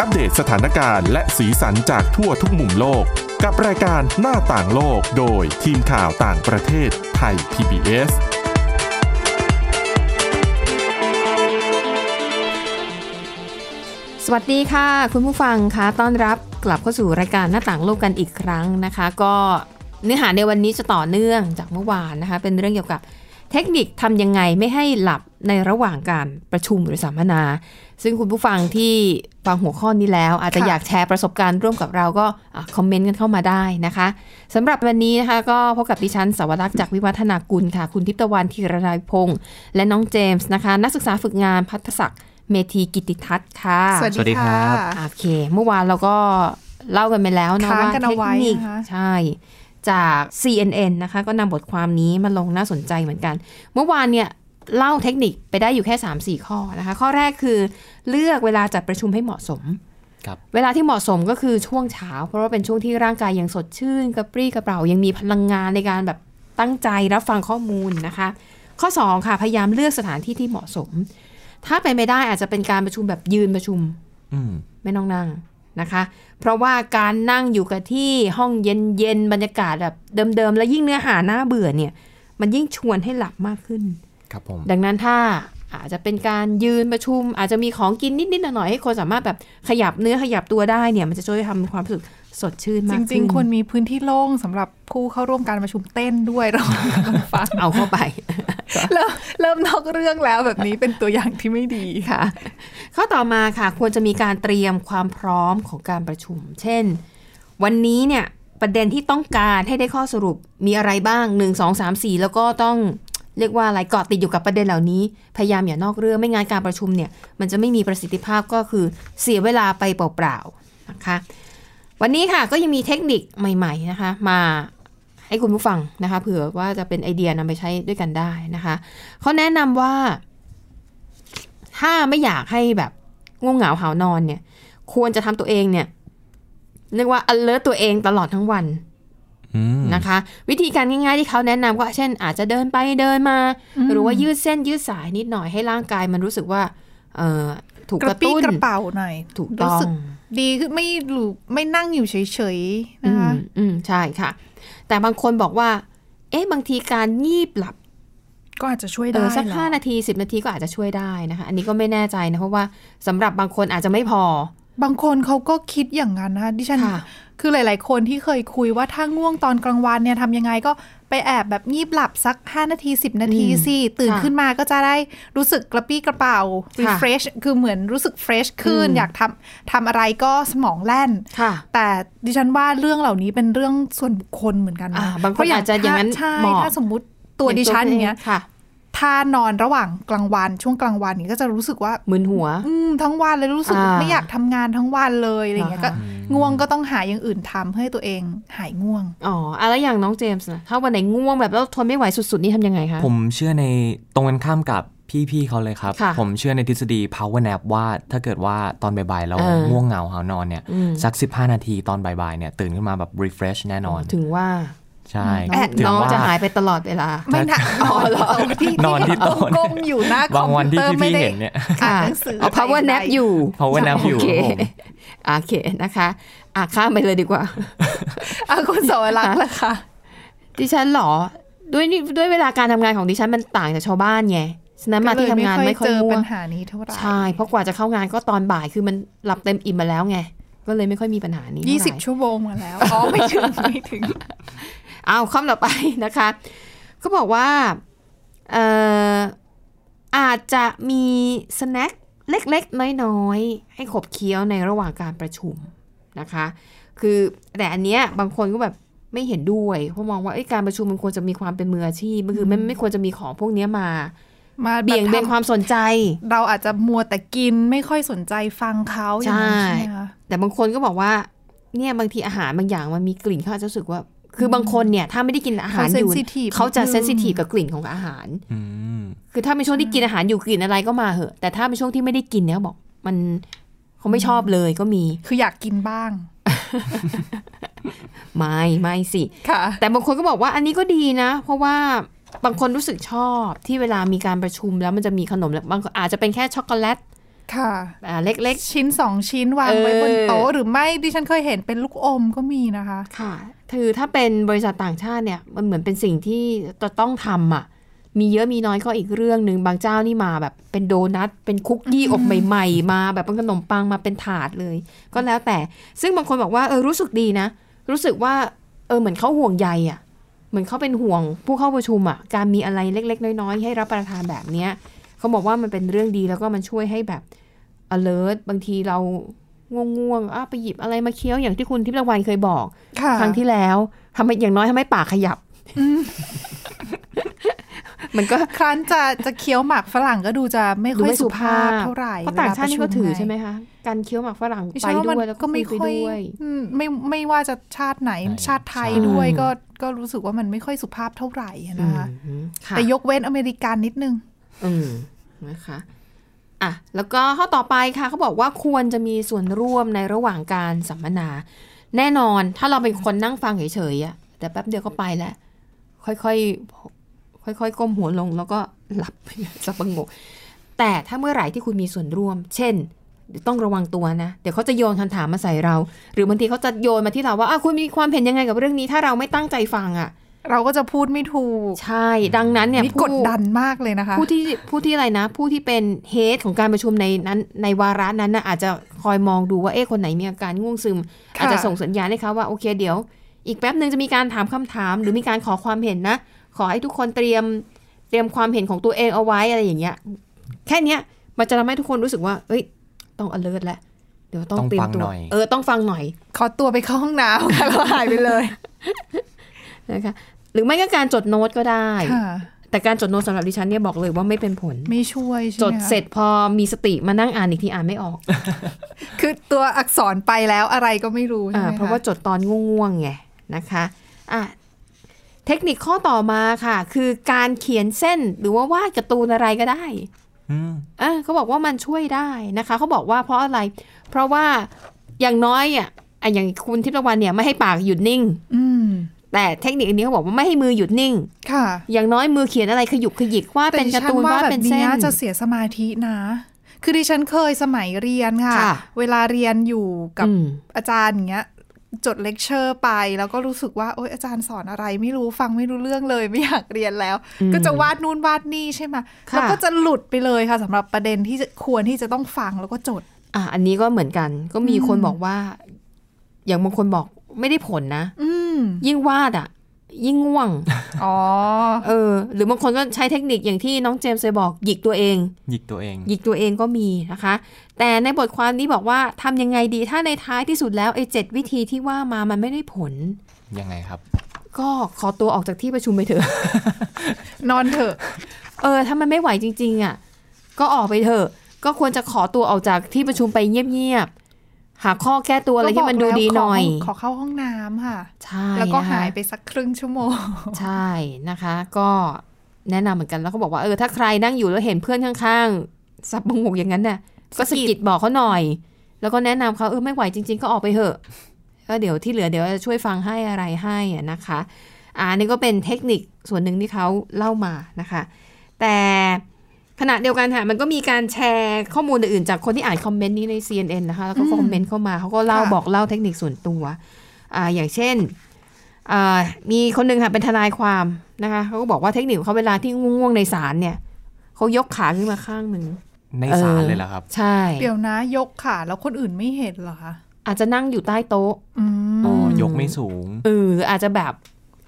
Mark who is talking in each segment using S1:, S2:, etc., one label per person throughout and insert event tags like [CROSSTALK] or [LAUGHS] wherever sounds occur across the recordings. S1: อัปเดตสถานการณ์และสีสันจากทั่วทุกมุมโลก กับรายการหน้าต่างโลกโดยทีมข่าวต่างประเทศไทย PBS
S2: สวัสดีค่ะ คุณผู้ฟังคะต้อนรับกลับเข้าสู่รายการหน้าต่างโลกกันอีกครั้งนะคะ ก็เนื้อหาในวันนี้จะต่อเนื่องจากเมื่อวานนะคะ เป็นเรื่องเกี่ยวกับเทคนิคทำยังไงไม่ให้หลับในระหว่างการประชุมหรือสัมมนา ซึ่งคุณผู้ฟังที่ฟังหัวข้อนี้แล้ว อาจจะ
S3: ค่ะ
S2: อยากแชร์ประสบการณ์ร่วมกับเราก็อ่ะคอมเมนต์กันเข้ามาได้นะคะสำหรับวันนี้นะคะ ก็พบกับดิฉันสวรักษ์จากวิวัฒนากุลค่ะ คุณทิพย์ตะวันธีรนายพงษ์และน้องเจมส์นะคะ นักศึกษาฝึกงานพัฒศักดิ์เมธีกิติทัศน์ค่ะ
S3: สวัส
S4: สวัสดี
S3: ดี
S4: ครั
S3: ค่ะ
S4: บ
S2: โอเค เมื่อวานเราก็เล่ากันไปแล้วนะ
S3: ค้าง
S2: ว่า
S3: กัน
S2: เท
S3: เอา
S2: ค
S3: ไว้
S2: นิค
S3: นะคะ
S2: ใช่ จาก CNN นะคะ ก็นำบทความนี้มาลงน่าสนใจเหมือนกัน เมื่อวานเนี่ยเล่าเทคนิคไปได้อยู่แค่ 3-4 ข้อนะคะ ข้อแรกคือเลือกเวลาจัดประชุมให้เหมาะสม
S4: ครับ
S2: เวลาที่เหมาะสมก็คือช่วงเช้า เพราะว่าเป็นช่วงที่ร่างกายยังสดชื่น กระปรี้กระเปร่ายังมีพลังงานในการแบบตั้งใจรับฟังข้อมูลนะคะ ข้อสองค่ะพยายามเลือกสถานที่ที่เหมาะสม ถ้าไปนไม่ได้อาจจะเป็นการประชุมแบบยืนประชุม
S4: อืม
S2: ไม่ต้องนั่งนะคะ เพราะว่าการนั่งอยู่กับที่ห้องเย็นเย็นๆบรรยากาศแบบเดิมๆ แล้วยิ่งเนื้อหาน่าเบื่อเนี่ย มันยิ่งชวนให้หลับมากขึ้น
S4: ครับผม
S2: ดังนั้นถ้าอาจจะเป็นการยืนประชุม อาจจะมีของกินนิดๆหน่อยๆให้คนสามารถแบบขยับเนื้อขยับตัวได้เนี่ย มันจะช่วยทำความรู้สึกสดชื่น
S3: จ
S2: มาก
S3: ริ
S2: ขึ้
S3: ง
S2: น
S3: ๆควรมีพื้นที่โล่งสำหรับผู้เข้าร่วมการประชุมเต้น
S2: [LAUGHS]
S3: ด้วยเรากำลังฟัง
S2: เอาเข้าไป
S3: เริ่มเริ่มนอกเรื่องแล้วแบบนี้เป็นตัวอย่างที่ไม่ดี
S2: ค่ะข้อต่อมาค่ะควรจะมีการเตรียมความพร้อมของการประชุม เช่น วันนี้เนี่ยประเด็นที่ต้องการให้ได้ข้อสรุปมีอะไรบ้าง 1 2 3 4 แล้วก็ต้องเรียกว่าอะไรเกาะติดอยู่กับประเด็นเหล่านี้ พยายามอย่านอกเรื่องไม่งานการประชุมเนี่ยมันจะไม่มีประสิทธิภาพก็คือเสียเวลาไปเปล่าๆนะคะวันนี้ค่ะก็ยังมีเทคนิคใหม่ ๆนะคะ มาให้คุณผู้ฟังนะคะเผื่อว่าจะเป็นไอเดียนำไปใช้ด้วยกันได้นะคะเขาแนะนำว่า ถ้าไม่อยากให้แบบง่วงเหงาหาวนอนเนี่ย ควรจะทำตัวเองเนี่ยเรียกว่า alert ตัวเองตลอดทั้งวัน
S4: อืม
S2: นะคะ วิธีการง่ายๆที่เขาแนะนำก็เช่น อาจจะเดินไปเดินมา
S3: อืม
S2: หรือว่ายืดเส้นยืดสายนิดหน่อยให้ร่างกายมันรู้สึกว่าเอ่อถูก
S3: ก
S2: ก
S3: ระ
S2: ระ
S3: ปี้
S2: ตุ้น
S3: กระเป๋าหน่อย
S2: ถูก
S3: รู้
S2: ต้อง
S3: สึกดีคือไม่หลูไม่นั่งอยู่เฉยๆ
S2: อื
S3: นะคะ
S2: มอืมใช่ค่ะ แต่บางคนบอกว่า เอ๊ะบางทีการงีบหลับ
S3: ก็อาจจะช่วย
S2: เอ
S3: ได้
S2: อสัก
S3: แหละ
S2: ห้านาทีสิบนาทีก็อาจจะช่วยได้นะคะ อันนี้ก็ไม่แน่ใจนะเพราะว่าสำหรับบางคนอาจจะไม่พอบ
S3: างคนเขาก็คิดอย่างนั้นนะคะดิฉัน
S2: ค่ะ
S3: คือหลาย ๆ คนที่เคยคุยว่าถ้าง่วงตอนกลางวันเนี่ยทำยังไงก็ไปแอบแบบงีบหลับสัก 5 นาที 10 นาที
S2: อืม
S3: สิตื่น
S2: ค่ะ
S3: ขึ้นมาก็จะได้รู้สึกกระปี้กระเป๋า
S2: ค่ะ
S3: refresh คือเหมือนรู้สึก fresh ขึ้น อยากทำทำอะไรก็สมองแล่น
S2: ค่ะ
S3: แต่ดิฉันว่าเรื่องเหล่านี้เป็นเรื่องส่วนบุคคลเหมือนกันนะ
S2: อ่าบางคน
S3: เพร
S2: อาจจะอย่างนั้น
S3: ใช่
S2: เหมาะ
S3: ถ้าสมมติตัวดิฉันอย่างเงี้ย
S2: ค่ะ
S3: ถ้านอนระหว่างกลางวันช่วงกลางวันนี้ก็จะรู้สึกว่า
S2: มึนหัว
S3: อืมทั้งวันเลยรู้สึก
S2: อ่า
S3: ไม่อยากทำงานทั้งวันเลยอะไรอย่างเงี้ย
S2: อ่า
S3: ก็ง่วงก็ต้องหาอย่างอื่นทำให้ตัวเองหายง่วง
S2: อ๋ออะแล้วอย่างน้องเจมส์นะถ้าวันไหนง่วงแบบแล้วทนไม่ไหวสุดๆ นี่ทำยังไงคะ
S4: ผมเชื่อในตรงกันข้ามกับพี่ๆเขาเลยครับ
S2: ค่ะ
S4: ผมเชื่อในทฤษฎี power nap ว่าถ้าเกิดว่าตอนบ่ายๆเรา
S2: เออ
S4: ง่วงเหงาหาวนอนเนี่ย
S2: อืม
S4: สัก 15 นาทีตอนบ่ายๆเนี่ยตื่นขึ้นมาแบบ refresh แน่นอน
S2: ถึงว่า
S4: ใช่
S2: น้อง
S4: ถึง
S2: น้อง
S4: ว่า
S2: จะหายไปตลอดเวลา
S3: ไม่นะนอนหรอพี่
S4: นอนที่โต๊ะ
S3: ก้มๆอยู่หน้าค
S4: บา
S3: องม
S4: วัน
S3: พิวเตอ
S4: ที่
S3: ร์ไม่
S4: พี่ๆ
S3: ได้
S4: เห็นเนี่ย
S3: อ่านหนังสือ
S2: เอา power
S3: ใดๆ
S2: nap อยู่
S4: power nap อยู่
S2: โเค
S4: ครับผม
S2: อ่ะโอเคนะคะ อ่ะข้ามไปเลยดีกว่า
S3: อ่ะคุณสวรักษ์ล่ะค่ะ
S2: ดิฉันเหรอ ด้วยนี่ด้วยเวลาการทำงานของดิฉันมันต่างจากชาวบ้านไง ฉะนั้นมาที่ทำงานไม่ค่อย
S3: เจอ
S2: ง่ว
S3: ปั
S2: ง
S3: ญหานี้เท่าไหร่
S2: ใช่ เพราะกว่าจะเข้างานก็ตอนบ่ายคือมันหลับเต็มอิ่มมาแล้วไง ก็เลยไม่ค่อยมีปัญหานี้เท่าไหร่
S3: ยี่สิบชั่วโมงมาแล้ว อ๋อ ไม่ถึง ไม่ถึง
S2: เอาข้อมต่อไปนะคะเขาบอกว่าเอ่ออาจจะมีสแน็คเล็กๆ น้อยๆ ให้ขบเคี้ยวในระหว่างการประชุมนะคะ คือแต่อันเนี้ยบางคนก็แบบไม่เห็นด้วยเพราะมองว่าเอ้ยการประชุมมันควรจะมีความเป็นมืออาชีพมันคือไม่ไม่ควรจะมีของพวกเนี้ยมา
S3: มา
S2: เบี่ยงเบน
S3: ทำ
S2: ความสนใจ
S3: เราอาจจะมัวแต่กินไม่ค่อยสนใจฟังเขาอย่างนั้น
S2: ใช่
S3: ใช่ไหมคะ
S2: แต่บางคนก็บอกว่าเนี่ยบางทีอาหารบางอย่างมันมีกลิ่นเขาอาจจะรู้สึกว่า คือบางคนเนี่ยถ้าไม่ได้กินอาหาร
S3: เซ
S2: อน ยู่
S3: ซิทีฟ
S2: เขาจะเซนซิทีฟกับกลิ่นของอาหาร
S4: อืม
S2: คือถ้าเป็นช่วงที่กินอาหารอยู่กลิ่นอะไรก็มาเหอะ แต่ถ้าเป็นช่วงที่ไม่ได้กินเนี่ยบอกมันเขาไม่ชอบเลยก็มี
S3: คืออยากกินบ้าง
S2: ไม่ไม่สิ
S3: ค่ะ
S2: แต่บางคนก็บอกว่าอันนี้ก็ดีนะ เพราะว่าบางคนรู้สึกชอบที่เวลามีการประชุมแล้วมันจะมีขนมแล้วบางคนอาจจะเป็นแค่ช็อกโกแลต
S3: ค่ะ
S2: อ่าเล็ก
S3: ชิ้นสองชิ้นวางไว้บนโต๊ะ
S2: เออ
S3: หรือไม่ดิฉันเคยเห็นเป็นลูกอมก็มีนะคะ
S2: ๆ ค่ะ คือถ้าเป็นบริษัทต่างชาติเนี่ย มันเหมือนเป็นสิ่งที่จะต้องทำอ่ะ มีเยอะมีน้อยก็อีกเรื่องหนึ่งบางเจ้านี่มาแบบเป็นโดนัท เป็นคุกกี้อบใหม่ ๆ มาแบบเป็นขนมปังมาเป็นถาดเลย ก็แล้วแต่ ซึ่งบางคนบอกว่าเออรู้สึกดีนะ รู้สึกว่าเออเหมือนเขาห่วงใยอ่ะ เหมือนเขาเป็นห่วงผู้เข้าประชุมอ่ะ การมีอะไรเล็ก ๆ น้อยๆให้รับประทานแบบเนี้ยเขาบอกว่ามันเป็นเรื่องดีแล้วก็มันช่วยให้แบบ alert บางทีเราง่วงๆอ่ะไปหยิบอะไรมาเคี้ยวอย่างที่คุณทิพย์ละวันเคยบอก
S3: ค่ะ
S2: ครั้งที่แล้วทำให้อย่างน้อยทำให้ปากข
S3: [LAUGHS]
S2: ยับ มันก็
S3: ครั้นจะจะเคี้ยวหมากฝรั่งก็ดูจะไม่
S2: ดู
S3: ค่อย
S2: ไม่
S3: สุภาพเท่าไหร่
S2: เพราะต่างชาตินี่
S3: วล
S2: ก็ถือ
S3: ประ
S2: ใช่ไหมคะการเคี้ยวหมากฝรั่ง
S3: ดิ
S2: ไป
S3: ฉันว่า
S2: ด้
S3: มัน
S2: วยแล้วก็
S3: ก็
S2: คุ
S3: ไม่
S2: ยไป
S3: ค่อย
S2: ด้วย
S3: อืมไม่ไม่ว่าจะชาติไหน
S4: ใช่
S3: ชาติไทย
S2: ใช่
S3: ด้วยก็ก็รู้สึกว่ามันไม่ค่อยสุภาพเท่าไหร่นะคะ
S2: อืมค่ะ
S3: แต่ยกเว้นอเมริกันนิดนึง
S2: อืมนะคะอ่ะแล้วก็ข้อต่อไปค่ะเขาบอกว่าควรจะมีส่วนร่วมในระหว่างการสัมมนา แน่นอนถ้าเราเป็นคนนั่งฟังเฉยๆอะแต่แป๊บเดียวก็ไปแล้ว ค่อยๆ ค่อยๆ ก้มหัวลงแล้วก็หลับ สงบงก แต่ถ้าเมื่อไหร่ที่คุณมีส่วนร่วม เช่น ต้องระวังตัวนะ เดี๋ยวเขาจะโยนคำถามมาใส่เรา หรือบางทีเขาจะโยนมาที่เราว่าอ่ะคุณมีความเห็นยังไงกับเรื่องนี้ ถ้าเราไม่ตั้งใจฟังอ่ะ
S3: เราก็จะพูดไม่ถูก
S2: ใช่ ดังนั้นเนี่ย
S3: นี่
S2: ผู้
S3: กดดันมากเลยนะคะ
S2: ผู้ที่ผู้ที่อะไรนะ ผู้ที่เป็นเฮดของการประชุมในนั้น ในวาระนั้นนะอาจจะคอยมองดูว่าเอ๊ะคนไหนมีอาการง่วงซึม
S3: ค่ะ
S2: อาจจะส่งสัญญาณให้เขาว่าโอเคเดี๋ยว อีกแป๊บหนึ่งจะมีการถามคำถาม หรือมีการขอความเห็นนะ ขอให้ทุกคนเตรียมเตรียมความเห็นของตัวเองเอาไว้อะไรอย่างเงี้ย แค่เนี้ยมันจะทำให้ทุกคนรู้สึกว่า เอ้ย ต้อง alert แล้วเดี๋ยวต้อง
S4: ต้อง
S2: เตรียม
S4: ฟัง
S2: ตัว
S4: หน่อย
S2: เออต้องฟังหน่อย
S3: ขอตัวไปเข้าห้องน้ำค่ะแล้วหายไปเลย
S2: [LAUGHS] นะคะหรือไม่ก็การจดโน้ตก็ได้
S3: ค่ะ
S2: แต่การจดโน้ตสำหรับดิฉันเนี่ยบอกเลยว่าไม่เป็นผล
S3: ไม่ช่วยใช่ไหม
S2: จด
S3: คะ
S2: เสร็จพอมีสติมานั่งอ่านอีกทีอ่านไม่ออก
S3: คือตัวอักษรไปแล้วอะไรก็ไม่รู้ใช่
S2: อ่า
S3: ไหมค
S2: เพราะว่าจดตอนง่วงๆไงนะคะอ่ะเทคนิคข้อต่อมาค่ะ คือการเขียนเส้นหรือว่าวาดการ์ตูนอะไรก็ได้
S4: อืม
S2: เออเขาบอกว่ามันช่วยได้นะคะ เขาบอกว่าเพราะอะไร เพราะว่าอย่างน้อยอ่ะอ่ะอย่างคุณทิพย์ตะวันเนี่ยไม่ให้ปากหยุดนิ่ง
S3: อืม
S2: แต่เทคนิคอันนี้เขาบอกว่าไม่ให้มือหยุดนิ่ง
S3: ค่ะ
S2: อย่างน้อยมือเขียนอะไรขยุกขยิกว่าดเป็นการ์ตูน
S3: แต่ดิฉั
S2: ว่าด
S3: แบบ
S2: เป็นเส้น
S3: จะเสียสมาธินะ คือดิฉันเคยสมัยเรียนค่ะ
S2: ค่ะ
S3: เวลาเรียนอยู่กับ
S2: อืม
S3: อาจารย์อย่างเงี้ย จดเลคเชอร์ไปแล้วก็รู้สึกว่าโอ๊ยอาจารย์สอนอะไรไม่รู้ฟังไม่รู้เรื่องเลยไม่อยากเรียนแล้ว
S2: อืม
S3: ก็จะวาดนู่นวาดนี่ใช่ไหม
S2: ค่ะ
S3: แล้วก็จะหลุดไปเลยค่ะสำหรับประเด็นที่จะควรที่จะต้องฟังแล้วก็จด
S2: อ่ะอันนี้ก็เหมือนกัน ก็มี
S3: อืม
S2: คนบอกว่า อย่างบางคนบอกไม่ได้ผลนะ
S3: อืม
S2: ยิ่งวาดอ่ะ ยิ่งง่วง
S3: อ๋อ
S2: เออ หรือบางคนก็ใช้เทคนิคอย่างที่น้องเจมส์เคยบอกหยิกตัวเอง
S4: หยิกตัวเอง
S2: หยิกตัวเองก็มีนะคะ แต่ในบทความนี้บอกว่าทำยังไงดีถ้าในท้ายที่สุดแล้วไอ้เจ็ดวิธีที่ว่ามามันไม่ได้ผล
S4: ยังไงครับ
S2: ก็ขอตัวออกจากที่ประชุมไปเถอะ [LAUGHS]
S3: นอนเถอะ
S2: เออถ้ามันไม่ไหวจริง ๆ อ่ะ ก็ออกไปเถอะ ก็ควรจะขอตัวออกจากที่ประชุมไปเงียบๆหาข้อแก้ตัวอะไรที่มันดูดีหน่อย
S3: ก็บกแล้วขอขอเข้าห้องน้ำค่ะ
S2: ใช่
S3: แล้วก็
S2: นะคะ
S3: หายไปสักครึ่งชั่วโมง
S2: ใช่นะคะ ก็แนะนำเหมือนกันแล้วก็บอกว่าเออถ้าใครนั่งอยู่แล้วเห็นเพื่อนข้างๆสับประงกอย่างนั้นน่ะก็สะกิดบอกเขาหน่อย แล้วก็แนะนำเขาเออไม่ไหวจริง ๆ ก็ออกไปเถอะก็เดี๋ยวที่เหลือเดี๋ยวจะช่วยฟังให้อะไรให้อะนะคะอ่าอันนี่ก็เป็นเทคนิคส่วนหนึ่งที่เขาเล่ามานะคะ แต่ขณะเดียวกันค่ะมันก็มีการแชร์ข้อมูลอื่นๆจากคนที่อ่านคอมเมนต์นี้ใน CNN นะคะแล้วก็
S3: อืม
S2: คอมเมนต์เข้ามาเขาก็เล่า
S3: ค่ะ
S2: บอกเล่าเทคนิคส่วนตัวอ่าอย่างเช่น เอ่อมีคนหนึ่งค่ะเป็นทนายความนะคะเขาก็บอกว่าเทคนิคของเขาเวลาที่ง่วงๆในศาลเนี่ยเขายกขาขึ้นมาข้างหนึ่ง
S4: ในศาลเลยเหรอครับ
S2: ใช่
S3: เดี๋ยวนะยกค่ะ แล้วคนอื่นไม่เห็นเหรอคะ
S2: อาจจะนั่งอยู่ใต้โต๊ะ
S3: อืม
S4: อ๋อ ยกไม่สูง
S2: เอออาจจะแบบ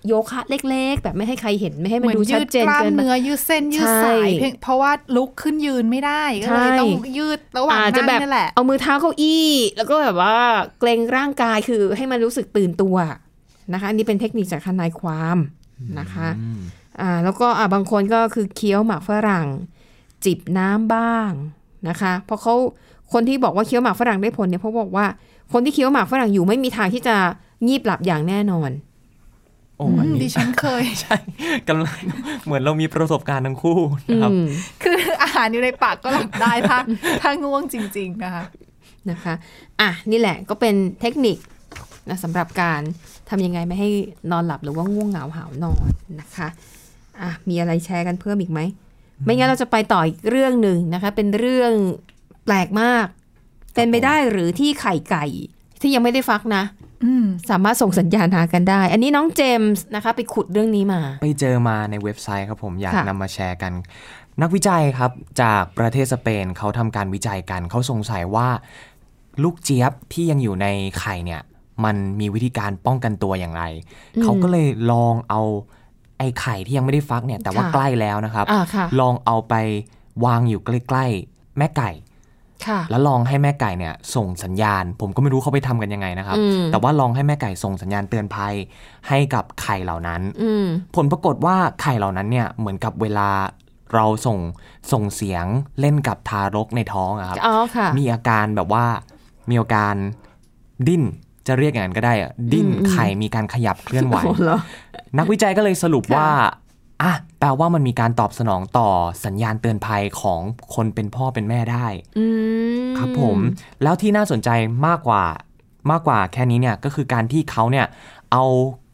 S2: โยคะเล็ก ๆ แบบไม่ให้ใครเห็นไม่ให้มัน
S3: เหมือน
S2: ดู
S3: ยื
S2: ชัด
S3: ด
S2: เจน
S3: กล้าม
S2: เกินไป
S3: เนื้อยืดเส้นยืด
S2: ใช่
S3: สายเพียงเพราะว่าลุกขึ้นยืนไม่ได้ก็เลย
S2: ใช่
S3: ต้องยืดระหว่าง
S2: อาจจะ
S3: นั่ง
S2: แบบ
S3: นั่นแหละ
S2: เอามือเท้าเก้าอี้ แล้วก็แบบว่าเกรงร่างกายคือให้มันรู้สึกตื่นตัวนะคะอันนี้เป็นเทคนิคจากทนายความนะคะ
S4: อืม
S2: อ่าแล้วก็อ่าบางคนก็คือเคี้ยวหมากฝรั่ง จิบน้ำบ้างนะคะ เพราะเขาคนที่บอกว่าเคี้ยวหมากฝรั่งได้ผลเนี่ยเพราะบอกว่า คนที่เคี้ยวหมากฝรั่งอยู่ไม่มีทางที่จะงีบหลับอย่างแน่นอน
S4: โอ้อัน
S3: ดิ
S4: นี้
S3: ฉันเคย [LAUGHS]
S4: กำลัง [LAUGHS] เหมือนเรามีประสบการณ์ทั้งคู่นะครับ
S2: อืม
S3: คืออาหารอยู่ในปากก็หลับได้ถ้าถ้าง่วงจริง ๆ นะคะ
S2: นะคะอ่ะนี่แหละก็เป็นเทคนิคนะสำหรับการทำยังไงไม่ให้นอนหลับหรือว่าง่วงเหงาหาวนอนนะคะอ่ะมีอะไรแชร์กันเพิ่มอีกไหมไม่งั้นเราจะไปต่ออีกเรื่องหนึ่งนะคะ เป็นเรื่อง แปลกมาก เป็นไปได้หรือที่ไข่ไก่ ที่ยังไม่ได้ฟักนะ
S3: อืม
S2: สามารถส่งสัญญาณหากันได้ อันนี้น้องเจมส์นะคะ ไปขุดเรื่องนี้มา
S4: ไปเจอมาในเว็บไซต์ครับผมอยาก
S2: ค่ะ
S4: นำมาแชร์กัน นักวิจัยครับ จากประเทศสเปนเขาทำการวิจัยกัน เขาสงสัยว่า ลูกเจี๊ยบที่ยังอยู่ในไข่เนี่ย มันมีวิธีการป้องกันตัวอย่างไร เขาก็เลยลองเอาไอ้ไข่ที่ยังไม่ได้ฟักเนี่ย แต่ว่าใกล้แล้วนะครับ
S2: อ่าค่ะ
S4: ลองเอาไปวางอยู่ใกล้ๆ แม่ไก่
S2: ค่ะ
S4: แล้วลองให้แม่ไก่เนี่ยส่งสัญญาณ ผมก็ไม่รู้เขาไปทำกันยังไงนะครับ
S2: อืม
S4: แต่ว่าลองให้แม่ไก่ส่งสัญญาณเตือนภัยให้กับไข่เหล่านั้น
S2: อืม
S4: ผลปรากฏว่าไข่เหล่านั้นเนี่ยเหมือนกับเวลาเราส่งส่งเสียงเล่นกับทารกในท้องอะครับ
S2: อ๋อค่ะ
S4: มีอาการแบบว่ามีอาการดิ้นจะเรียกอย่างนั้นก็ได้อะดิ้น
S2: อืมอืม
S4: ไข่มีการขยับเคลื่อนไหว
S2: โอ้เหรอ
S4: นักวิจัยก็เลยสรุป
S2: ค่ะ
S4: ว่าอ่ะแปลว่ามันมีการตอบสนองต่อสัญญาณเตือนภัยของคนเป็นพ่อเป็นแม่ได้
S2: อืม
S4: ครับผมแล้วที่น่าสนใจมากกว่ามากกว่าแค่นี้เนี่ยก็คือการที่เขาเนี่ยเอา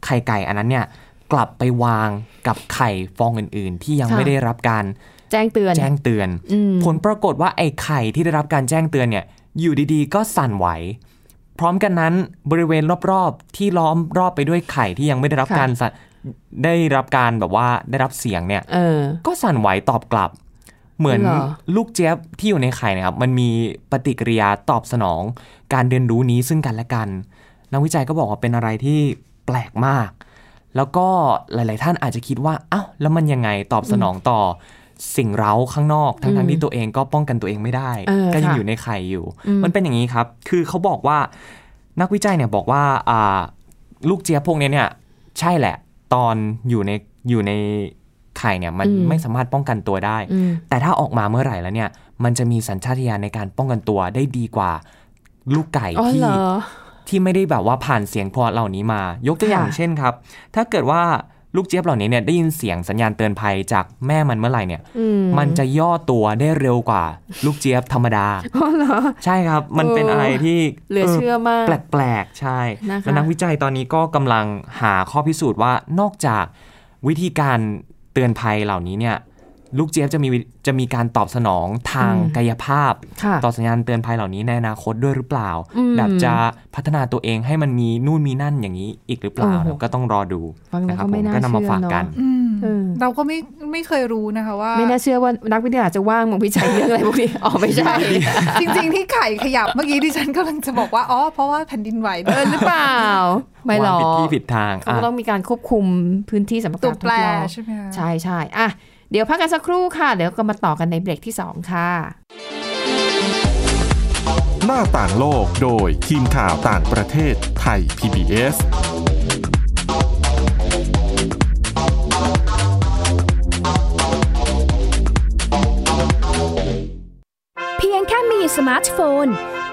S4: ไข่ไก่อันนั้นเนี่ยกลับไปวางกับไข่ฟองอื่น ๆ ที่ยัง
S2: ค่ะ
S4: ไม่ได้รับการ
S2: แจ้งเตือน
S4: แจ้งเตือน
S2: อืม
S4: ผลปรากฏว่าไอ้ไข่ที่ได้รับการแจ้งเตือนเนี่ยอยู่ดีๆ ก็สั่นไหว พร้อมกันนั้นบริเวณรอบๆ ที่ล้อมรอบไปด้วยไข่ที่ยังไม่ได้รับการสั่นได้รับการแบบว่าได้รับเสียงเนี่ย
S2: เออ
S4: ก็สั่นไหวตอบกลับ เหมือน
S2: เหรอ
S4: ลูกเจี๊ยบที่อยู่ในไข่นะครับ มันมีปฏิกิริยาตอบสนอง การเรียนรู้นี้ซึ่งกันและกัน นักวิจัยก็บอกว่าเป็นอะไรที่แปลกมาก แล้วก็หลาย ๆ ท่านอาจจะคิดว่าอ้าวแล้วมันยังไงตอบสนองต่อสิ่งเร้าข้างนอก
S2: อื
S4: ทั้
S2: ม
S4: ง ๆ ที่ตัวเองก็ป้องกันตัวเองไม่ได้
S2: เออ
S4: ก็ยัง
S2: ค่ะ
S4: อยู่ในไข่อยู่
S2: อืม
S4: มันเป็นอย่างนี้ครับ คือเขาบอกว่านักวิจัยเนี่ยบอกว่าอ่าลูกเจี๊ยบพวกเนี้ยเนี่ย ใช่แหละ ตอนอยู่ในอยู่ในไข่เนี่ยมัน
S2: อืม
S4: ไม่สามารถป้องกันตัวได้
S2: อืม
S4: แต่ถ้าออกมาเมื่อไหร่แล้วเนี่ย มันจะมีสัญชาตญาณในการป้องกันตัวได้ดีกว่าลูกไก่
S2: อ๋อ
S4: ที่
S2: เหรอ
S4: ที่ไม่ได้แบบว่าผ่านเสียงเพอเหล่านี้มา ยกตัวอย่าง
S2: ค่ะ
S4: เช่นครับ ถ้าเกิดว่าลูกเจี๊ยบเหล่านี้เนี่ยได้ยินเสียงสัญญาณเตือนภัยจากแม่มันเมื่อไหร่เนี่ย
S2: อืม
S4: มันจะย่อตัวได้เร็วกว่าลูกเจี๊ยบธรรม
S2: [LAUGHS]
S4: ดา
S2: อ๋อเหรอ
S4: ใช่ครับ มันเป็นอะไรที่
S2: เหลือเชื่อมาก
S4: แปลกๆ ใช่
S2: นะคะ
S4: แล้วนักวิจัยตอนนี้ก็กำลังหาข้อพิสูจน์ว่านอกจากวิธีการเตือนภัยเหล่านี้เนี่ย ลูกเจี๊ยบจะมีวิจะมีการตอบสนองทางกายภาพ
S2: ค่ะ
S4: ต่อสัญญาณเตือนภัยเหล่านี้ในอนาคตด้วยหรือเปล่า
S2: อืม
S4: แบบจะพัฒนาตัวเองให้มันมีนู่นมีนั่นอย่างนี้อีกหรือเปล่า
S2: โอ้โห
S4: นะก็ต้องรอดู
S2: ฟังแล้ว
S4: นะครับ
S2: ก็ไม่
S4: ผม
S2: น่า
S4: ก็นำมา
S2: เชื่อ
S4: ฝาก
S2: เนอะ
S4: กัน
S3: อืม
S2: เออ
S3: เราก็ไม่ไม่เคยรู้นะคะว่า
S2: ไม่น่าเชื่อว่านักวิทยาศาสตร์จะว่างมาวิจัยเรื่องอะไรพวกนี้ อ๋อไม่ใช่
S3: จริงๆที่ไข่ขยับเมื่อกี้ที่ฉันกำลังจะบอกว่า อ๋อ เพราะว่าแผ่นดินไหว
S2: เออหรือเปล่า ไม่หร
S4: วา
S2: อก
S4: งผิดที่ผิดทาง
S2: เขา
S4: อ่ะ
S2: ก็ต้องมีการควบคุมพื้นที่สำหรับ
S3: ตัว
S2: การทด
S3: แปร
S2: ลอง
S3: ใช่ไหมคะ
S2: ใช่ใช่อ่ะ เดี๋ยวพักกันสักครู่ค่ะ เดี๋ยวก็มาต่อกันในเบรกที่ 2 ค่ะ
S1: หน้าต่างโลกโดยทีมข่าวต่างประเทศไทย PBS
S5: เพียงแค่มีสมาร์ทโฟน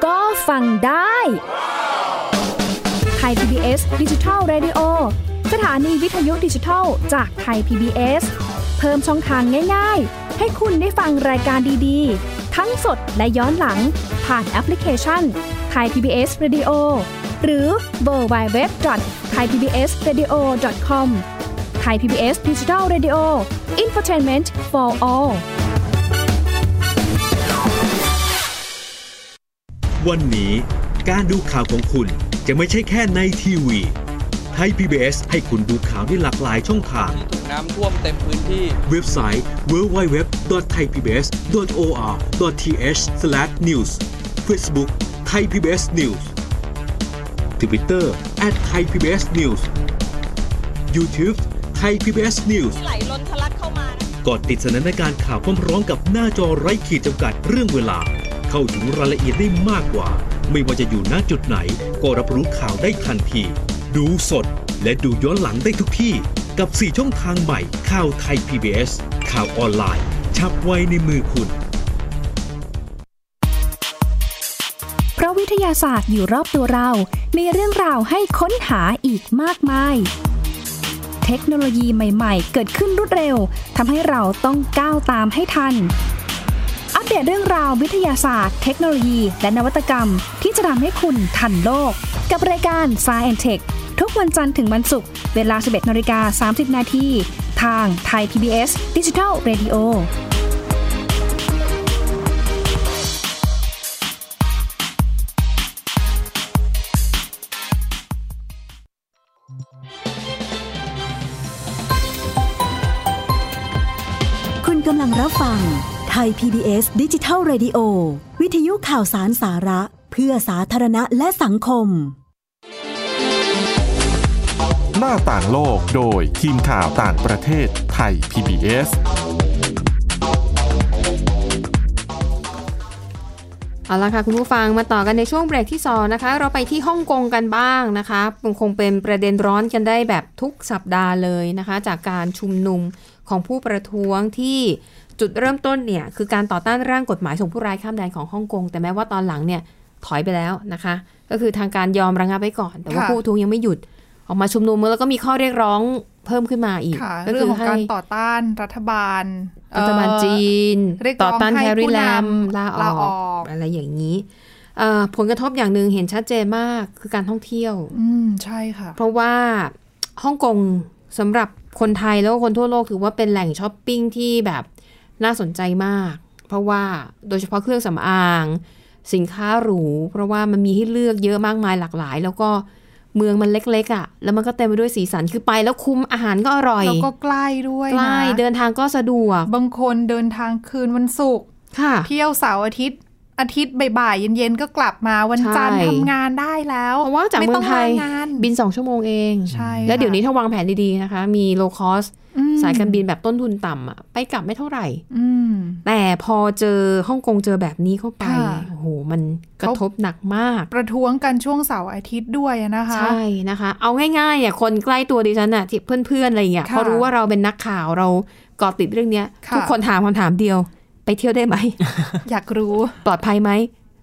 S5: ก็ฟังได้ไทย PBS ดิจิทัล Radio สถานีวิทยุดิจิทัลจากไทย PBS เพิ่มช่องทางง่าย ๆ ให้คุณได้ฟังรายการดีๆ ทั้งสดและย้อนหลัง ผ่านแอปพลิเคชันไทย PBS Radio หรือเวอร์บายเว็บไทยพีบีเอสเรดิโอคอมไทยพีบีเอสดิจิทัลเรดิโออินฟอร์ทนเมนต์ for all
S6: วันนี้การดูข่าวของคุณจะไม่ใช่แค่ในทีวีไทย PBS ให้คุณดูข่าวได้หลากหลายช่องทาง
S7: ที่ถูกน้ำท่วมเต็มพื้นที่
S6: เว็บไซต์ www.thaipbs.or.th/news Facebook Thai PBS News Twitter @thaipbsnews YouTube Thai PBS News
S8: ไหลล้นทะลักเข้ามา
S6: กดติดสนันในการข่าวพร้อมๆกับหน้าจอไร้ขีดจำกัดเรื่องเวลา เข้าถึงรายละเอียดได้มากกว่า ไม่ว่าจะอยู่ณจุดไหน ก็รับรู้ข่าวได้ทันที ดูสดและดูย้อนหลังได้ทุกที่ กับ 4 ช่องทางใหม่ข่าวไทย PBS ข่าวออนไลน์ ชับไว้ในมือคุณ
S5: เพราะวิทยาศาสตร์อยู่รอบตัวเรา มีเรื่องราวให้ค้นหาอีกมากมาย เทคโนโลยีใหม่ๆ เกิดขึ้นรวดเร็ว ทำให้เราต้องก้าวตามให้ทัน อัปเดตเรื่องราววิทยาศาสตร์ เทคโนโลยี และนวัตกรรม ที่จะทำให้คุณทันโลก กับรายการ s c i e n t e c h ทุกวันจันทร์ถึงวันศุกร์เวลา 11นาฬิกา30 นาทีทางไทย PBS Digital Radio
S8: ลังรับฟัง ไทย PBS ดิจิทัล Radio วิทยุข่าวสารสาระ เพื่อสาธารณะและสังคม
S1: หน้าต่างโลกโดยทีมข่าวต่างประเทศไทย PBS
S2: เอาละค่ะคุณผู้ฟังมาต่อกันในช่วงเบรกที่สองนะคะ เราไปที่ฮ่องกงกันบ้างนะคะคงเป็นประเด็นร้อนกันได้แบบทุกสัปดาห์เลยนะคะ จากการชุมนุมของผู้ประท้วงที่จุดเริ่มต้นเนี่ยคือการต่อต้านร่างกฎหมายส่งผู้ร้ายข้ามแดนของฮ่องกงแต่แม้ว่าตอนหลังเนี่ยถอยไปแล้วนะคะ ก็คือทางการยอมระงับไว้ก่อน แต่ว่า
S3: ค่ะ
S2: ผู้ประท้วงยังไม่หยุดออกมาชุมนุมแล้วก็มีข้อเรียกร้องเพิ่มขึ้นมาอีก
S3: ค่ะ
S2: ก็
S3: เรื่อ
S2: คื
S3: งของการ
S2: ให้
S3: ต่อต้านรัฐบาล
S2: รัฐบาล
S3: เอ่อ
S2: จีน
S3: เรียกร้
S2: ต่
S3: อ
S2: อง ต้าน
S3: ให้
S2: แฮร์รี่
S3: ผู้นำ
S2: แลมลาอ
S3: ลาอ
S2: อ
S3: อก
S2: กอะไรอย่างนี้เอ่อผลกระทบอย่างหนึ่งเห็นชัดเจนมากคือการท่องเที่ยว
S3: อืมใช่ค่ะ
S2: เพราะว่าฮ่องกงสำหรับคนไทยแล้วก็คนทั่วโลกถือว่าเป็นแหล่งช้อปปิ้งที่แบบน่าสนใจมาก เพราะว่าโดยเฉพาะเครื่องสำอาง สินค้าหรู เพราะว่ามันมีให้เลือกเยอะมากมายหลากหลาย แล้วก็เมืองมันเล็กๆอะ่ะ แล้วมันก็เต็มไปด้วยสีสันคือไปแล้วคุ้มอาหารก็อร่อย
S3: แล้วก็ใกล้ด้วย
S2: ใก
S3: นะ
S2: ล้เดินทางก็สะดวก
S3: บางคนเดินทางคืนวันศุกร์
S2: ค่ะ
S3: เที่ยวเสาร์อาทิตย์ อาทิตย์บ่ายๆเย็นๆก็กลับมาวันจันทร์
S2: ใช่
S3: ทำงานได้แล้ว
S2: เพราะว่าจากเมืองไทย
S3: ต้ลางาน
S2: บิน 2 ชั่วโมงเอง
S3: ใช่
S2: แล้วเดี๋ยวนี้
S3: ค่ะ
S2: ถ้าวางแผนดีๆนะคะ มีโลคอส
S3: อืม
S2: สายการบินแบบต้นทุนต่ำอะไปกลับไม่เท่าไหร่
S3: อืม
S2: แต่พอเจอฮ่องกงเจอแบบนี้เข้าไป
S3: ค่ะ
S2: โอ้โห มันกระ
S3: เขา
S2: ทบหนักมาก
S3: ประท้วงกันช่วงเสาร์อาทิตย์ด้วยนะคะ
S2: ใช่นะคะ เอาง่ายๆอ่ะคนใกล้ตัวดิฉันอ่ะที่เพื่อนๆอะไรอย่างเงี้ย
S3: ค่ะ
S2: พอรู้ว่าเราเป็นนักข่าวเราเกาะติดเรื่องเนี้ย
S3: ค่ะ
S2: ทุกคนถามคำถามเดียว ไปเที่ยวได้ไหม
S3: อยากรู้
S2: ปลอดภัยไหม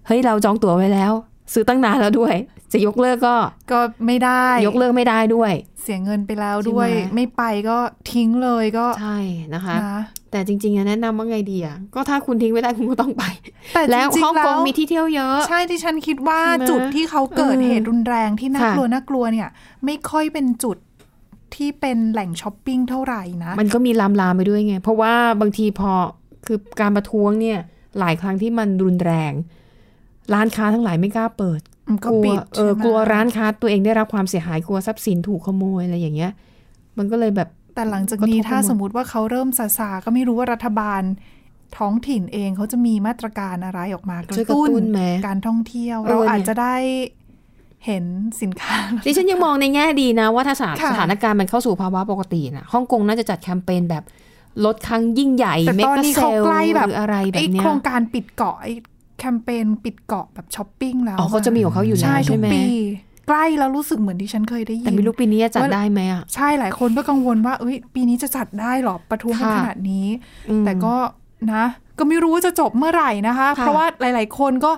S2: เฮ้ยเราจองตั๋วไว้แล้ว ซื้อตั้งนานแล้วด้วย จะยกเลิกก็
S3: ก็ไม่ได้
S2: ยกเลิกไม่ได้ด้วย
S3: เสียเงินไปแล้วด้วย
S2: ใช่ไหม
S3: ไม่ไปก็ทิ้งเลยก็
S2: ใช่นะคะ
S3: นะ
S2: แต่จริงๆอะแนะนำว่าไงดีอ่ะ ก็ถ้าคุณทิ้งไม่ได้คุณก็ต้องไป
S3: แต่
S2: แล้ว
S3: จริๆ
S2: ฮ่อง
S3: แล้
S2: กง
S3: ว
S2: มีที่เที่ยวเยอะ
S3: ใช่ที่ฉันคิดว่า
S2: ใช่ไหม
S3: จุดที่เขาเกิด
S2: เออ
S3: เหตุรุนแรงที่น่า
S2: ค่ะ
S3: กลัวน่ากลัวเนี่ย ไม่ค่อยเป็นจุดที่เป็นแหล่งช้อปปิ้งเท่าไหร่นะ
S2: มันก็มีลามลามๆไปด้วยไง เพราะว่าบางทีพอคือการประท้วงเนี่ย หลายครั้งที่มันรุนแรง ร้านค้าทั้งหลายไม่กล้าเปิด
S3: มันก็
S2: กลัว
S3: ปิด
S2: เออ
S3: ใช่ไหม
S2: กลัวร้านค้าตัวเองได้รับความเสียหายกลัวทรัพย์สินถูกขโมยอะไรอย่างเงี้ย มันก็เลยแบบ
S3: แต่หลังจากนี้
S2: กระทบไป
S3: ถ้า
S2: หมด
S3: สมมติว่าเขาเริ่มซาซาๆก็ไม่รู้ว่ารัฐบาลท้องถิ่นเองเขาจะมีมาตรการอะไรออกมาก
S2: ช่วย
S3: ระ
S2: กระ
S3: ตุ้น
S2: ตุ้นไหม
S3: การท่องเที่ยว
S2: เออ
S3: เราอาจ
S2: เนี่ย
S3: จะได้เห็นสิน
S2: [LAUGHS]
S3: ค้า
S2: ดิฉันยังมองในแง่ดีนะ ว่าถ้าสถาน
S3: ค่ะ
S2: สถานการณ์มันเข้าสู่ภาวะปกตินะฮ่องกงน่าจะจัดแคมเปญแบบลดครั้งยิ่งใหญ่
S3: แต่
S2: เม
S3: ตอน
S2: กะ
S3: นี้
S2: เซ
S3: เขา
S2: ล
S3: ใกล้แบบ
S2: หรืออะไรแบบ
S3: ไอ้
S2: เนี้
S3: โค
S2: ย
S3: รงการปิดเกาะไอ้แคมเปญปิดเกาะแบบช้อปปิ้งแล้ว
S2: อ๋อเขาจะมีของเขาอยู่แล้
S3: ใช่
S2: ว
S3: ทุ
S2: ใช่
S3: ก
S2: ไหม
S3: ปี ใกล้แล้วรู้สึกเหมือนที่ฉันเคยได้ยิน
S2: แต่ไม่รู้ปีนี้จะจัดได้ไหมอ่ะ
S3: ใช่หลายคนก็กังวลว่าเอ้ย ปีนี้จะจัดได้หรอประท้วงกัน
S2: ค่ะ
S3: ขนาดนี้
S2: อืม
S3: แต่ก็นะ ก็ไม่รู้ว่าจะจบเมื่อไหร่นะคะ
S2: ค่ะ
S3: เพราะว่าหลาย ๆ คนก็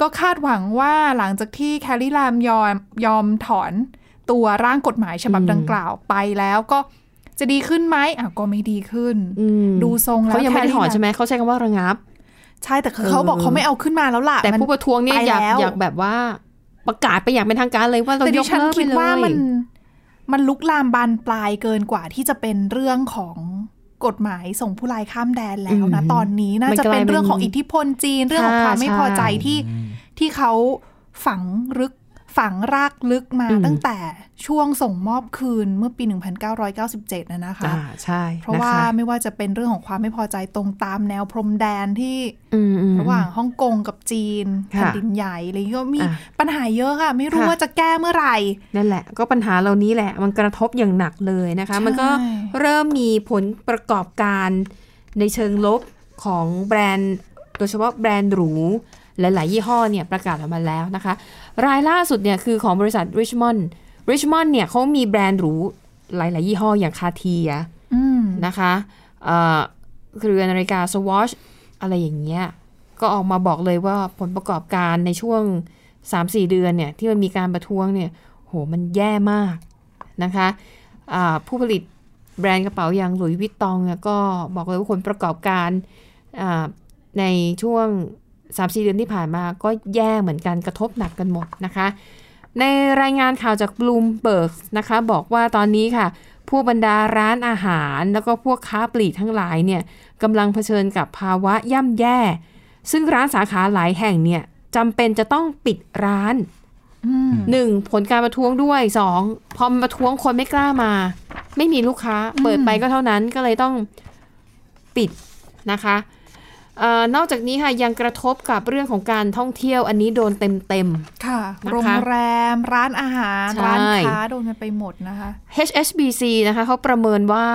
S3: ก็คาดหวังว่าหลังจากที่แคลรี่ลามยอมยอมถอนตัวร่างกฎหมายฉบับดังกล่าวไปแล้วก็จะดีขึ้นไหมอ่ะก็ไม่ดีขึ้น
S2: อืม
S3: ดูทรงแล้ว
S2: เขายังไม่ได้ถอน
S3: แคลรี่ลาม
S2: ใช่ไหมเขาใช้คำว่าระงับ
S3: ใช่แต่คือเขาบอกเขาไม่เอาขึ้นมาแล้วล่ะ
S2: แต่
S3: มัน
S2: ผู้ประท้วงเนี่ย
S3: ไป
S2: อยาก
S3: แล้ว
S2: อยากแบบว่าประกาศไปอย่างเป็นทางการเลยว่าเรา
S3: แต่
S2: ย
S3: ดิ
S2: ก
S3: ฉัน
S2: เลิกไป
S3: คิด
S2: เลย
S3: ว่ามันมันลุกลามบานปลายเกินกว่าที่จะเป็นเรื่องของกฎหมายส่งผู้ลายข้ามแดนแล้วนะ
S4: อืม
S3: ตอนนี้น่าจะเป็นเรื่องของอิทธิพลจีน เรื่องของความไม่พอใจที่ที่เขาฝังลึกฝังรากลึกมาตั้งแต่ช่วงส่งมอบคืนเมื่อปี 1997นะนะคะ
S2: อ่าใช่
S3: เพราะ
S2: นค
S3: ว่าไม่ว่าจะเป็นเรื่องของความไม่พอใจตรงตามแนวพรมแดนที่
S2: อืมอืม
S3: ระหว่างฮ่องกงกับจีน
S2: ค่ะ
S3: แผ่นดินใหญ่อะไรอย่างเงี้ยก็มี
S2: อ่ะ
S3: ปัญหาเยอะค่ะ ไม่รู้
S2: ค่ะ
S3: ว่าจะแก้เมื่อไหร่
S2: นั่นแหละ ก็ปัญหาเหล่านี้แหละ มันกระทบอย่างหนักเลยนะคะ
S3: ใช่
S2: มันก็เริ่มมีผลประกอบการในเชิงลบของแบรนด์โดยเฉพาะแบรนด์หรูหลาย ๆ ยี่ห้อเนี่ยประกาศออกมาแล้วนะคะ รายล่าสุดเนี่ยคือของบริษัท Richmond Richmond เนี่ยเขามีแบรนด์หรูหลาย ๆ ยี่ห้ออย่างคาเทีย
S3: อืม
S2: นะคะเอ่อเครือนาฬิกาสวอชอะไรอย่างเงี้ย ก็ออกมาบอกเลยว่าผลประกอบการในช่วง 3-4 เดือนเนี่ย ที่มันมีการประท้วงเนี่ย โห มันแย่มากนะคะอ่าผู้ผลิตแบรนด์กระเป๋าอย่างหลุยส์วิตตองเนี่ยก็บอกเลยว่าผลประกอบการอ่าในช่วง 3-4 เดือนที่ผ่านมาก็แย่เหมือนกันกระทบหนักกันหมดนะคะ ในรายงานข่าวจากบลูมเบิร์กนะคะบอกว่าตอนนี้ค่ะ ผู้บรรดาร้านอาหารแล้วก็พวกค้าปลีกทั้งหลายเนี่ยกำลังเผชิญกับภาวะย่ำแย่ ซึ่งร้านสาขาหลายแห่งเนี่ยจำเป็นจะต้องปิดร้านหนึ่งผลการประท้วงด้วยสองพอประท้วงคนไม่กล้ามา ไม่มีลูกค้า เปิดไปก็เท่านั้นก็เลยต้องปิด นะคะเออนอกจากนี้ค่ะยังกระทบกับเรื่องของการท่องเที่ยวอันนี้โดนเต็ม
S3: ค่ะ
S2: นะคะ
S3: โรงแรม ร้านอาหาร
S2: ใช่ ร้า
S3: ร้าน น
S2: ค้า
S3: ค้าโดนกันไปหมดนะคะ
S2: ๆ HSBC นะคะเขาประเมินว่า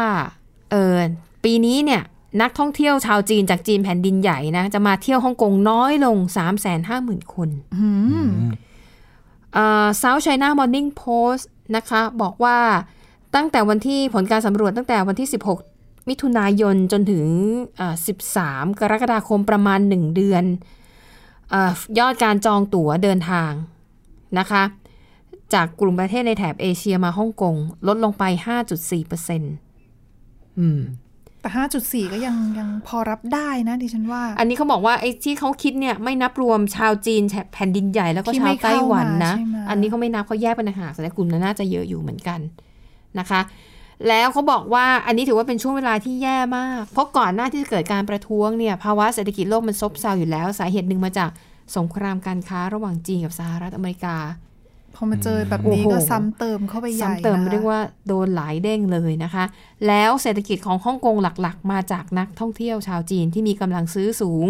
S2: เออปีนี้เนี่ยนักท่องเที่ยวชาวจีนจากจีนแผ่นดินใหญ่นะจะมาเที่ยวฮ่องกงน้อยลง 350,000 คน
S3: อืม
S2: เอ่อ South China Morning Post นะคะบอกว่าตั้งแต่วันที่ผลการสำรวจตั้งแต่วันที่ 16 มิถุนายนจนถึงเอ่อ13 กรกฎาคมประมาณ 1 เดือนเออยอดการจองตั๋วเดินทางนะคะจากกลุ่มประเทศในแถบเอเชียมาฮ่องกงลดลงไป 5.4%อืม
S3: แต่ 5.4 ก็ยังยังพอรับได้นะดิฉันว่า
S2: อันนี้เขาบอกว่าไอ้ที่เขาคิดเนี่ยไม่นับรวมชาวจีนแผ่นดินใหญ่แล้วก็
S3: ที่
S2: ชา
S3: ไม่
S2: วไต้หวันนะ
S3: เข้ามาใช่ไหม
S2: อันนี้เขาไม่นับเขาแยกเป็นต่างหากแต่กลุ่มนั้นน่าจะเยอะอยู่เหมือนกันนะคะ แล้วเขาบอกว่าอันนี้ถือว่าเป็นช่วงเวลาที่แย่มาก เพราะก่อนหน้าที่จะเกิดการประท้วงเนี่ยภาวะเศรษฐกิจโลกมันซบเซาอยู่แล้ว สาเหตุหนึ่งมาจากสงครามการค้าระหว่างจีนกับสหรัฐอเมริกา
S3: พอมาเจอแบบนี้
S2: โอ้โห
S3: ก็ซ้ำเติมเข้าไปใหญ่
S2: ซ้ำเติม
S3: นะคะ
S2: เรียกว่าโดนหลายเด้งเลยนะคะ แล้วเศรษฐกิจของฮ่องกงหลักๆ มาจากนักท่องเที่ยวชาวจีนที่มีกำลังซื้อสูง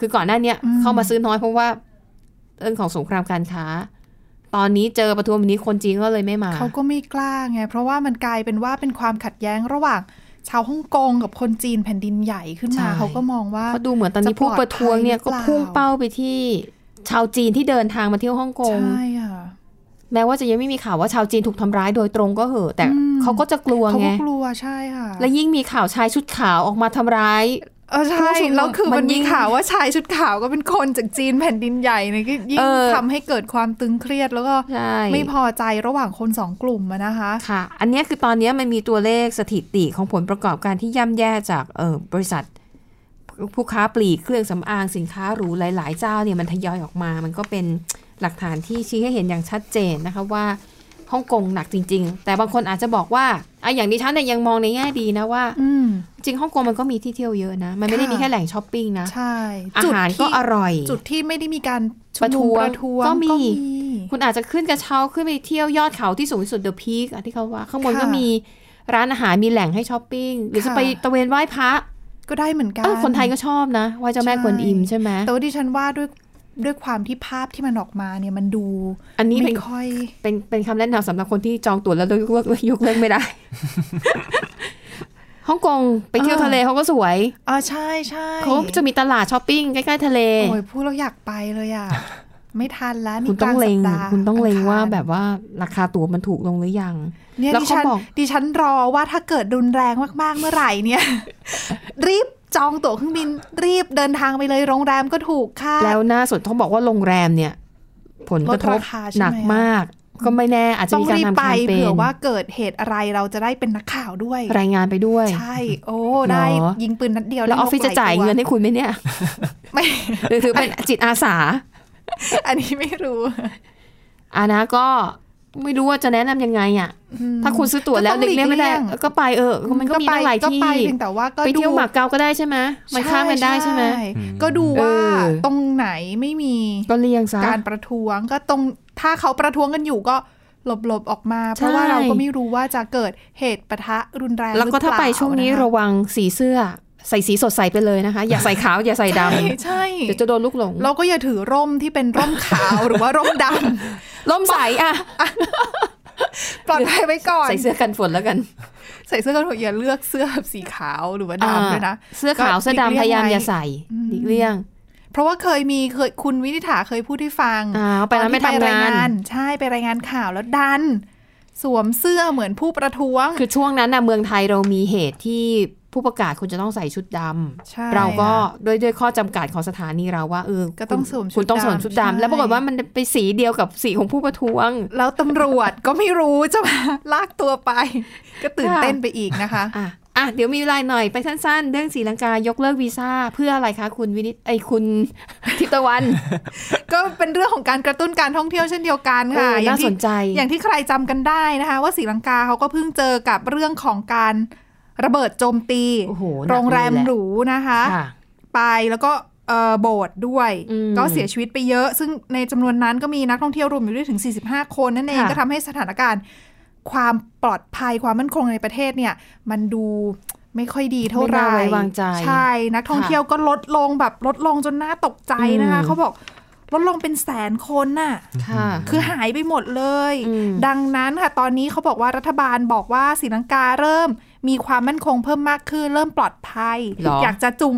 S2: คือก่อนหน้าเนี้ยเข้ามาซื้อน้อยเพราะว่าเรื่องของสงครามการค้า ตอนนี้เจอประท้วงแบบนี้คนจีนก็เลยไม่มา
S3: เขาก็ไม่กล้าไง เพราะว่ามันกลายเป็นว่าเป็นความขัดแย้งระหว่างชาวฮ่องกงกับคนจีนแผ่นดินใหญ่ขึ้น
S2: ใช่
S3: มา เขาก็มองว่า
S2: เพราะดูเหมือนตอนนี้ผู้ประท้วงเนี่ยก็พุ่งเป้าไปที่ชาวจีนที่เดินทางมาเที่ยวฮ่องกง
S3: ใช่ค่ะ
S2: แม้ว่าจะยังไม่มีข่าวว่าชาวจีนถูกทำร้ายโดยตรงก็เหอะ แต่เขาก็จะกลัว
S3: เขา
S2: ไง
S3: ก็กลัวใช่ค่ะ
S2: และยิ่งมีข่าวชายชุดขาวออกมาทำร้าย
S3: เออ
S2: ผู้
S3: ใช่
S2: ชุมนุม
S3: แล้วคือ
S2: มั
S3: มันน
S2: ยิ่
S3: มี
S2: ง
S3: ข่าวว่าชายชุดขาวก็เป็นคนจากจีนแผ่นดินใหญ่เนี่ยก็ยิ่
S2: เอง อ
S3: ทำให้เกิดความตึงเครียดแล้วก็
S2: ใช่
S3: ไม่พอใจระหว่างคนสองกลุ่มอะนะคะ
S2: ค่ะ อันเนี้ยคือตอนเนี้ยมันมีตัวเลขสถิติของผลประกอบการที่ย่ำแย่จากเออบริษัท ผู้ค้าปลีกเครื่องสำอางสินค้าหรูหลาย ๆ เจ้าเนี่ยมันทยอยออกมา มันก็เป็นหลักฐานที่ชี้ให้เห็นอย่างชัดเจนนะคะว่าฮ่องกงหนักจริง ๆ แต่บางคนอาจจะบอกว่าอ่ะอย่างดิฉันเนี่ยยังมองในแง่ดีนะว่า
S3: อืม
S2: จริงฮ่องกงมันก็มีที่เที่ยวเยอะนะ มันไม่ได้มี
S3: ค่ะ
S2: แค่แหล่งช้อปปิ้งนะ
S3: ใช่
S2: อาหารก็
S3: ที่
S2: อร่อย
S3: จุดที่ไม่ได้มีการชุม
S2: ประท้วง
S3: นุมประท้วง
S2: ก็มี
S3: ก็มี
S2: คุณอาจจะขึ้นกระเช้าขึ้นไปเที่ยวยอดเขาที่สูงที่สุดเดอะพีกที่เขาว่าข้างบน
S3: ค่ะ
S2: ก็มีร้านอาหารมีแหล่งให้ช้อปปิ้งหรือจะ
S3: ค่ะ
S2: ไปตะเวนไหว้พระ
S3: ก็ได้เหมือนกัน
S2: เออคนไทยก็ชอบนะไหว้เจ้าแม่
S3: ใช่
S2: กวนอิมใช่ไหม
S3: แต่ว่าดิฉันว่าด้วยด้วยความที่ภาพที่มันออกมาเนี่ยมันดู
S2: อันนี้เป็
S3: ไม่
S2: น
S3: ค่อย
S2: เป็นเป็นคำแนะนำสำหรับคนที่จองตั๋วแล้วยกเลิกยกเลิกไม่ได้
S3: [LAUGHS]
S2: ฮ่องกงไปเที่ยว
S3: เออ
S2: ทะเลเขาก็สวย
S3: อ่าใช่ใช่
S2: เขาจะมีตลาดช้อปปิ้งใกล้ๆทะเล
S3: โอ้ยพูดเราอยากไปเลยอ่ะ ไม่ทันแล้วนี่
S2: คุณต้อง
S3: กา
S2: เล็ง
S3: สัปดาห์
S2: คุณต้องเล็งว่า
S3: อังคร
S2: แบบว่าราคาตั๋วมันถูกลงหรือยัง
S3: เนี่ย
S2: แล้ว
S3: ดิ
S2: เขา
S3: ฉัน
S2: บอก
S3: ดิฉันรอว่าถ้าเกิดรุนแรงมากๆเมื่อไหร่เนี่ย [LAUGHS] รีบจองตั๋วเครื่องบินรีบเดินทางไปเลยโรงแรมก็ถูกค่า
S2: แล้วน่าสนเขาบอกว่าโรงแรมเนี่ย ผลกระท
S3: ล
S2: บ
S3: ดราคาใช่ไหม
S2: หนักมาก ก็ไม่แน่อาจจะ
S3: ต้อ
S2: มีการ
S3: งรีบ
S2: ทำ
S3: ไป
S2: แคมเป
S3: เผื่
S2: ญ
S3: อว่าเกิดเหตุอะไรเราจะได้เป็นนักข่าวด้วย
S2: รายงานไปด้วย
S3: ใช่ โอ้ได้
S2: เหรอ
S3: ยิงปืนนัดเดียว
S2: แล้วอ
S3: ได้
S2: อฟฟิศ
S3: กห
S2: จะจ่าย
S3: ตัว
S2: เงินให้คุณไหมเนี่ย
S3: ไม่
S2: ห
S3: [LAUGHS]
S2: รือถือเป็นจิตอาสา
S3: อันนี้ไม่รู้
S2: อานะก็ไม่รู้ว่าจะแนะนำยังไงอ่ะ ถ้าคุณซื้อตั๋วแล้ว
S3: ก็ต้
S2: เด็
S3: อกงหลีก
S2: เลี่ยงไม่ได้
S3: เลี่ยง
S2: ก็ไปเออมันก็มีตั้งหลายที่
S3: ก็ไปเพียงแต่ว่าก็
S2: ไปเที่ยว
S3: ดู
S2: หมากเกาก็ได้ใช่ไหมมันข้ามกันได้ใช่ไหม
S3: ก็ดูว่า
S2: เออ
S3: ตรงไหนไม่มี
S2: ก็เลี่ยงซะ
S3: การประท้วงก็ตรงถ้าเขาประท้วงกันอยู่ก็หลบๆออกมา เพราะ
S2: ใช่
S3: ว่าเราก็ไม่รู้ว่าจะเกิดเหตุปะทะรุนแรง
S2: แล้วก็ถ้า
S3: หรือเป
S2: ไปช่วงนี้
S3: ค
S2: ระวังสีเสื้อ ใส่สีสดใสไปเลยนะคะ อย่าใส่ขาวอย่าใส่ด
S3: ใช่ใช่
S2: ำเดี๋ยวจะโดนลูกหลง
S3: เราก็อย่าถือร่มที่เป็นร่มขาวหรือว่าร่มด
S2: ล่มใสอ่ะ
S3: ำ
S2: [LAUGHS]
S3: ปลอดภัยไว้ก่อน
S2: ใส่เสื้อกันฝนแล้วกัน
S3: ใส่เสื้อกันหนาวอย่าเลือกเสื้อแบบสีขาวหรือว่าดำด้วยนะ
S2: เสื้อขาว
S3: ก็
S2: เสื้อ
S3: หลี
S2: ดำ
S3: ก
S2: พ
S3: เลี่ย
S2: ยายา
S3: ง
S2: ม
S3: ไว้
S2: อย่าใส่หลีกเลี่ยง
S3: เพราะว่าเคยมีเคยคุณวินิษฐาเคยพูดให้ฟัง
S2: อ่าไปแล้ว
S3: ตอ
S2: ไม่ทำงาน
S3: รยใช่ไปรายงานข่าวแล้วดัน สวมเสื้อเหมือนผู้ประท้วง
S2: คือช่วงนั้นนะเมืองไทยเรามีเหตุที่ผู้ประกาศคุณจะต้องใส่ชุดด
S3: ใช่
S2: ำเราก็ด้วยด้วยข้อจำกัดของสถานีเราว่าเออ
S3: ก็ต้อง
S2: คุณ
S3: สวมชุด
S2: คุณต้องสวม
S3: ดำ
S2: ชุด
S3: ใช่
S2: ดำแล้วปรากฏว่ามันไปสีเดียวกับสีของผู้ประท้วง
S3: แล้วตำรวจ [LAUGHS] ก็ไม่รู้จะมา ลากตัวไป ก็ตื่น
S2: ค่ะ
S3: เต้นไปอีกนะคะ
S2: [LAUGHS] อ่ะอ่ะเดี๋ยวมีเวลาหน่อยไปสั้นๆ เรื่องศรีลังกายกเลิกวีซ่าเพื่ออะไรคะคุณวินิตไอยคุณ [LAUGHS] ทิพย์ตะวัน
S3: ก็เป็นเรื่องของการกระตุ้นการท่องเที่ยวเช่นเดียวกันค่ะ
S2: เออ
S3: อ
S2: อย่างน่าส
S3: ที่
S2: นใจ
S3: อย่างที่ใครจำกันได้นะคะ ว่าศรีลังกาเขาก็เพิ่งเจอกับเรื่องของการระเบิดโจมตี
S2: โอ้โหหนัก
S3: โรงแรม
S2: เลยแหละ
S3: หรูนะคะ
S2: ค่ะ
S3: ไปแล้วก็เอ่อโบสถ์ด้วย
S2: อืม
S3: ก็เสียชีวิตไปเยอะ ซึ่งในจำนวนนั้นก็มีนักท่องเที่ยวรวมอยู่ด้วยถึง 45 คนนั่นเอง
S2: ค่ะ
S3: ก็ทำให้สถานการณ์ ความปลอดภัยความมั่นคงในประเทศเนี่ย มันดู ไม่ค่อยดีเท่าไหร่
S2: ไม่น่าไว้วางใจ
S3: ใช่ นักท่อง
S2: ค่ะ
S3: เที่ยวก็ลดลงแบบลดลงจนน่าตกใจนะคะ
S2: อืม
S3: เขาบอกลดลงเป็นแสนคนน่ะ
S2: ค่ะ
S3: คือหายไปหมดเลย
S2: อืม
S3: ดังนั้นค่ะ ตอนนี้เขาบอกว่ารัฐบาลบอกว่าศรีลังกาเริ่มมีความมั่นคงเพิ่มมากขึ้น เริ่มปลอดภัย
S2: หรอ
S3: อ
S2: อ
S3: ยากจะจุง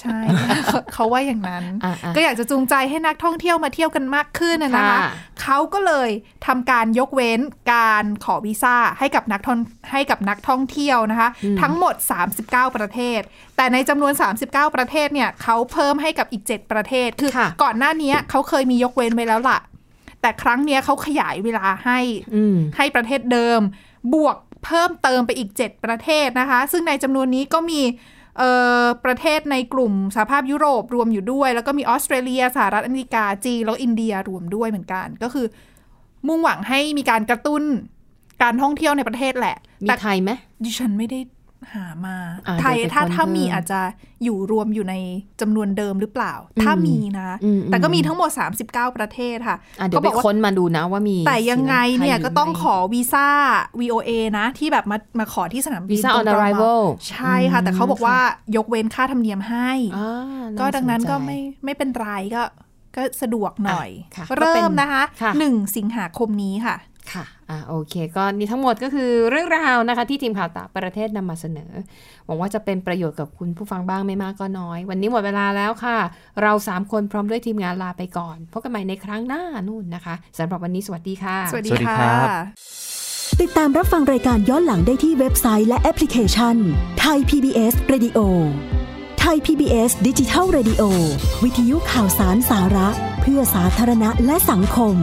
S3: ใช่ [LAUGHS] เขาว่าอย่างนั้น
S2: อ่ะอ่ะ
S3: ก็อยากจะจูงใจให้นักท่องเที่ยวมาเที่ยวกันมากขึ้นนะนะคะ
S2: ค่ะ
S3: เขาก็เลยทำการยกเว้นการขอวีซ่าให้กับนักท่องให้กับนักท่องเที่ยวนะคะ ทั้งหมด 39 ประเทศ แต่ในจำนวน 39 ประเทศเนี่ยเขาเพิ่มให้กับอีก 7 ประเทศ คือ
S2: ค่ะ
S3: ก่อนหน้านี้เขาเคยมียกเว้นไว้แล้วล่ะ แต่ครั้งเนี้ยเขาขยายเวลาให้
S2: อืม
S3: ให้ประเทศเดิม บวกเพิ่มเติมไปอีก 7 ประเทศนะคะ ซึ่งในจำนวนนี้ก็มีเอ่อประเทศในกลุ่มสหภาพยุโรปรวมอยู่ด้วย แล้วก็มีออสเตรเลียสหรัฐอเมริกาจีนแล้วก็อินเดียรวมด้วยเหมือนกัน ก็คือมุ่งหวังให้มีการกระตุ้นการท่องเที่ยวในประเทศแหละ
S2: มี
S3: แต่
S2: ไทยไหม
S3: ดิฉันไม่ได้หามา
S2: อ่า
S3: ไทย
S2: เดี๋ยว
S3: ถ้า
S2: ไปค้น
S3: ถ้ามี
S2: เพิ่ม
S3: อาจจะอยู่รวมอยู่ในจำนวนเดิมหรือเปล่า ถ้า
S2: อืม
S3: มีนะ
S2: อืม
S3: แต่ก็มีทั้งหมด 39 ประเทศค่ะ
S2: อ่ะเดี๋ยว
S3: บ
S2: ไป
S3: อกว่า
S2: ค้นมาดูนะว่ามี
S3: แต่ยังไงเนี่ย
S2: ศรี
S3: ก็
S2: ลัา
S3: ต้อง
S2: หรื
S3: ขอวีซ่า VOA นะ ที่แบบมามาขอที่สนามบิน
S2: วีซ่าอ
S3: ต
S2: อง น
S3: ๆ
S2: ไรเวล
S3: ใช่ค่ะ แต่เขาบอกว่ายกเว้นค่าธรรมเนียมให้ ก็ดังนั้นก็ไม่ไม่เป็นไรก็ก็สะดวกหน่อย
S2: ะค่ะ
S3: เริ่มนะคะ
S2: ก็เป็นค่ะ
S3: หนึ่งสิงหาคมนี้ค่ะ
S2: ค่ะอ่ะ โอเค ก็นี่ทั้งหมดก็คือเรื่องราวนะคะ ที่ทีมข่าวต่างประเทศนำมาเสนอ หวังว่าจะเป็นประโยชน์กับคุณผู้ฟังบ้างไม่มากก็น้อย วันนี้หมดเวลาแล้วค่ะ เรา 3 คนพร้อมด้วยทีมงานลาไปก่อนพบกันใหม่ในครั้งหน้านู่นนะคะสำหรับวันนี้สวัสดีค่ะ
S3: สวัสดี
S4: สวัสดี
S3: ค่ะ
S4: ครับ
S8: ติดตามรับฟังรายการย้อนหลังได้ที่เว็บไซต์และแอปพลิเคชันไทย PBS Radio ไทย PBS ดิจิทัล Radio วิทยุข่าวสารสาระ เพื่อสาธารณะและสังคม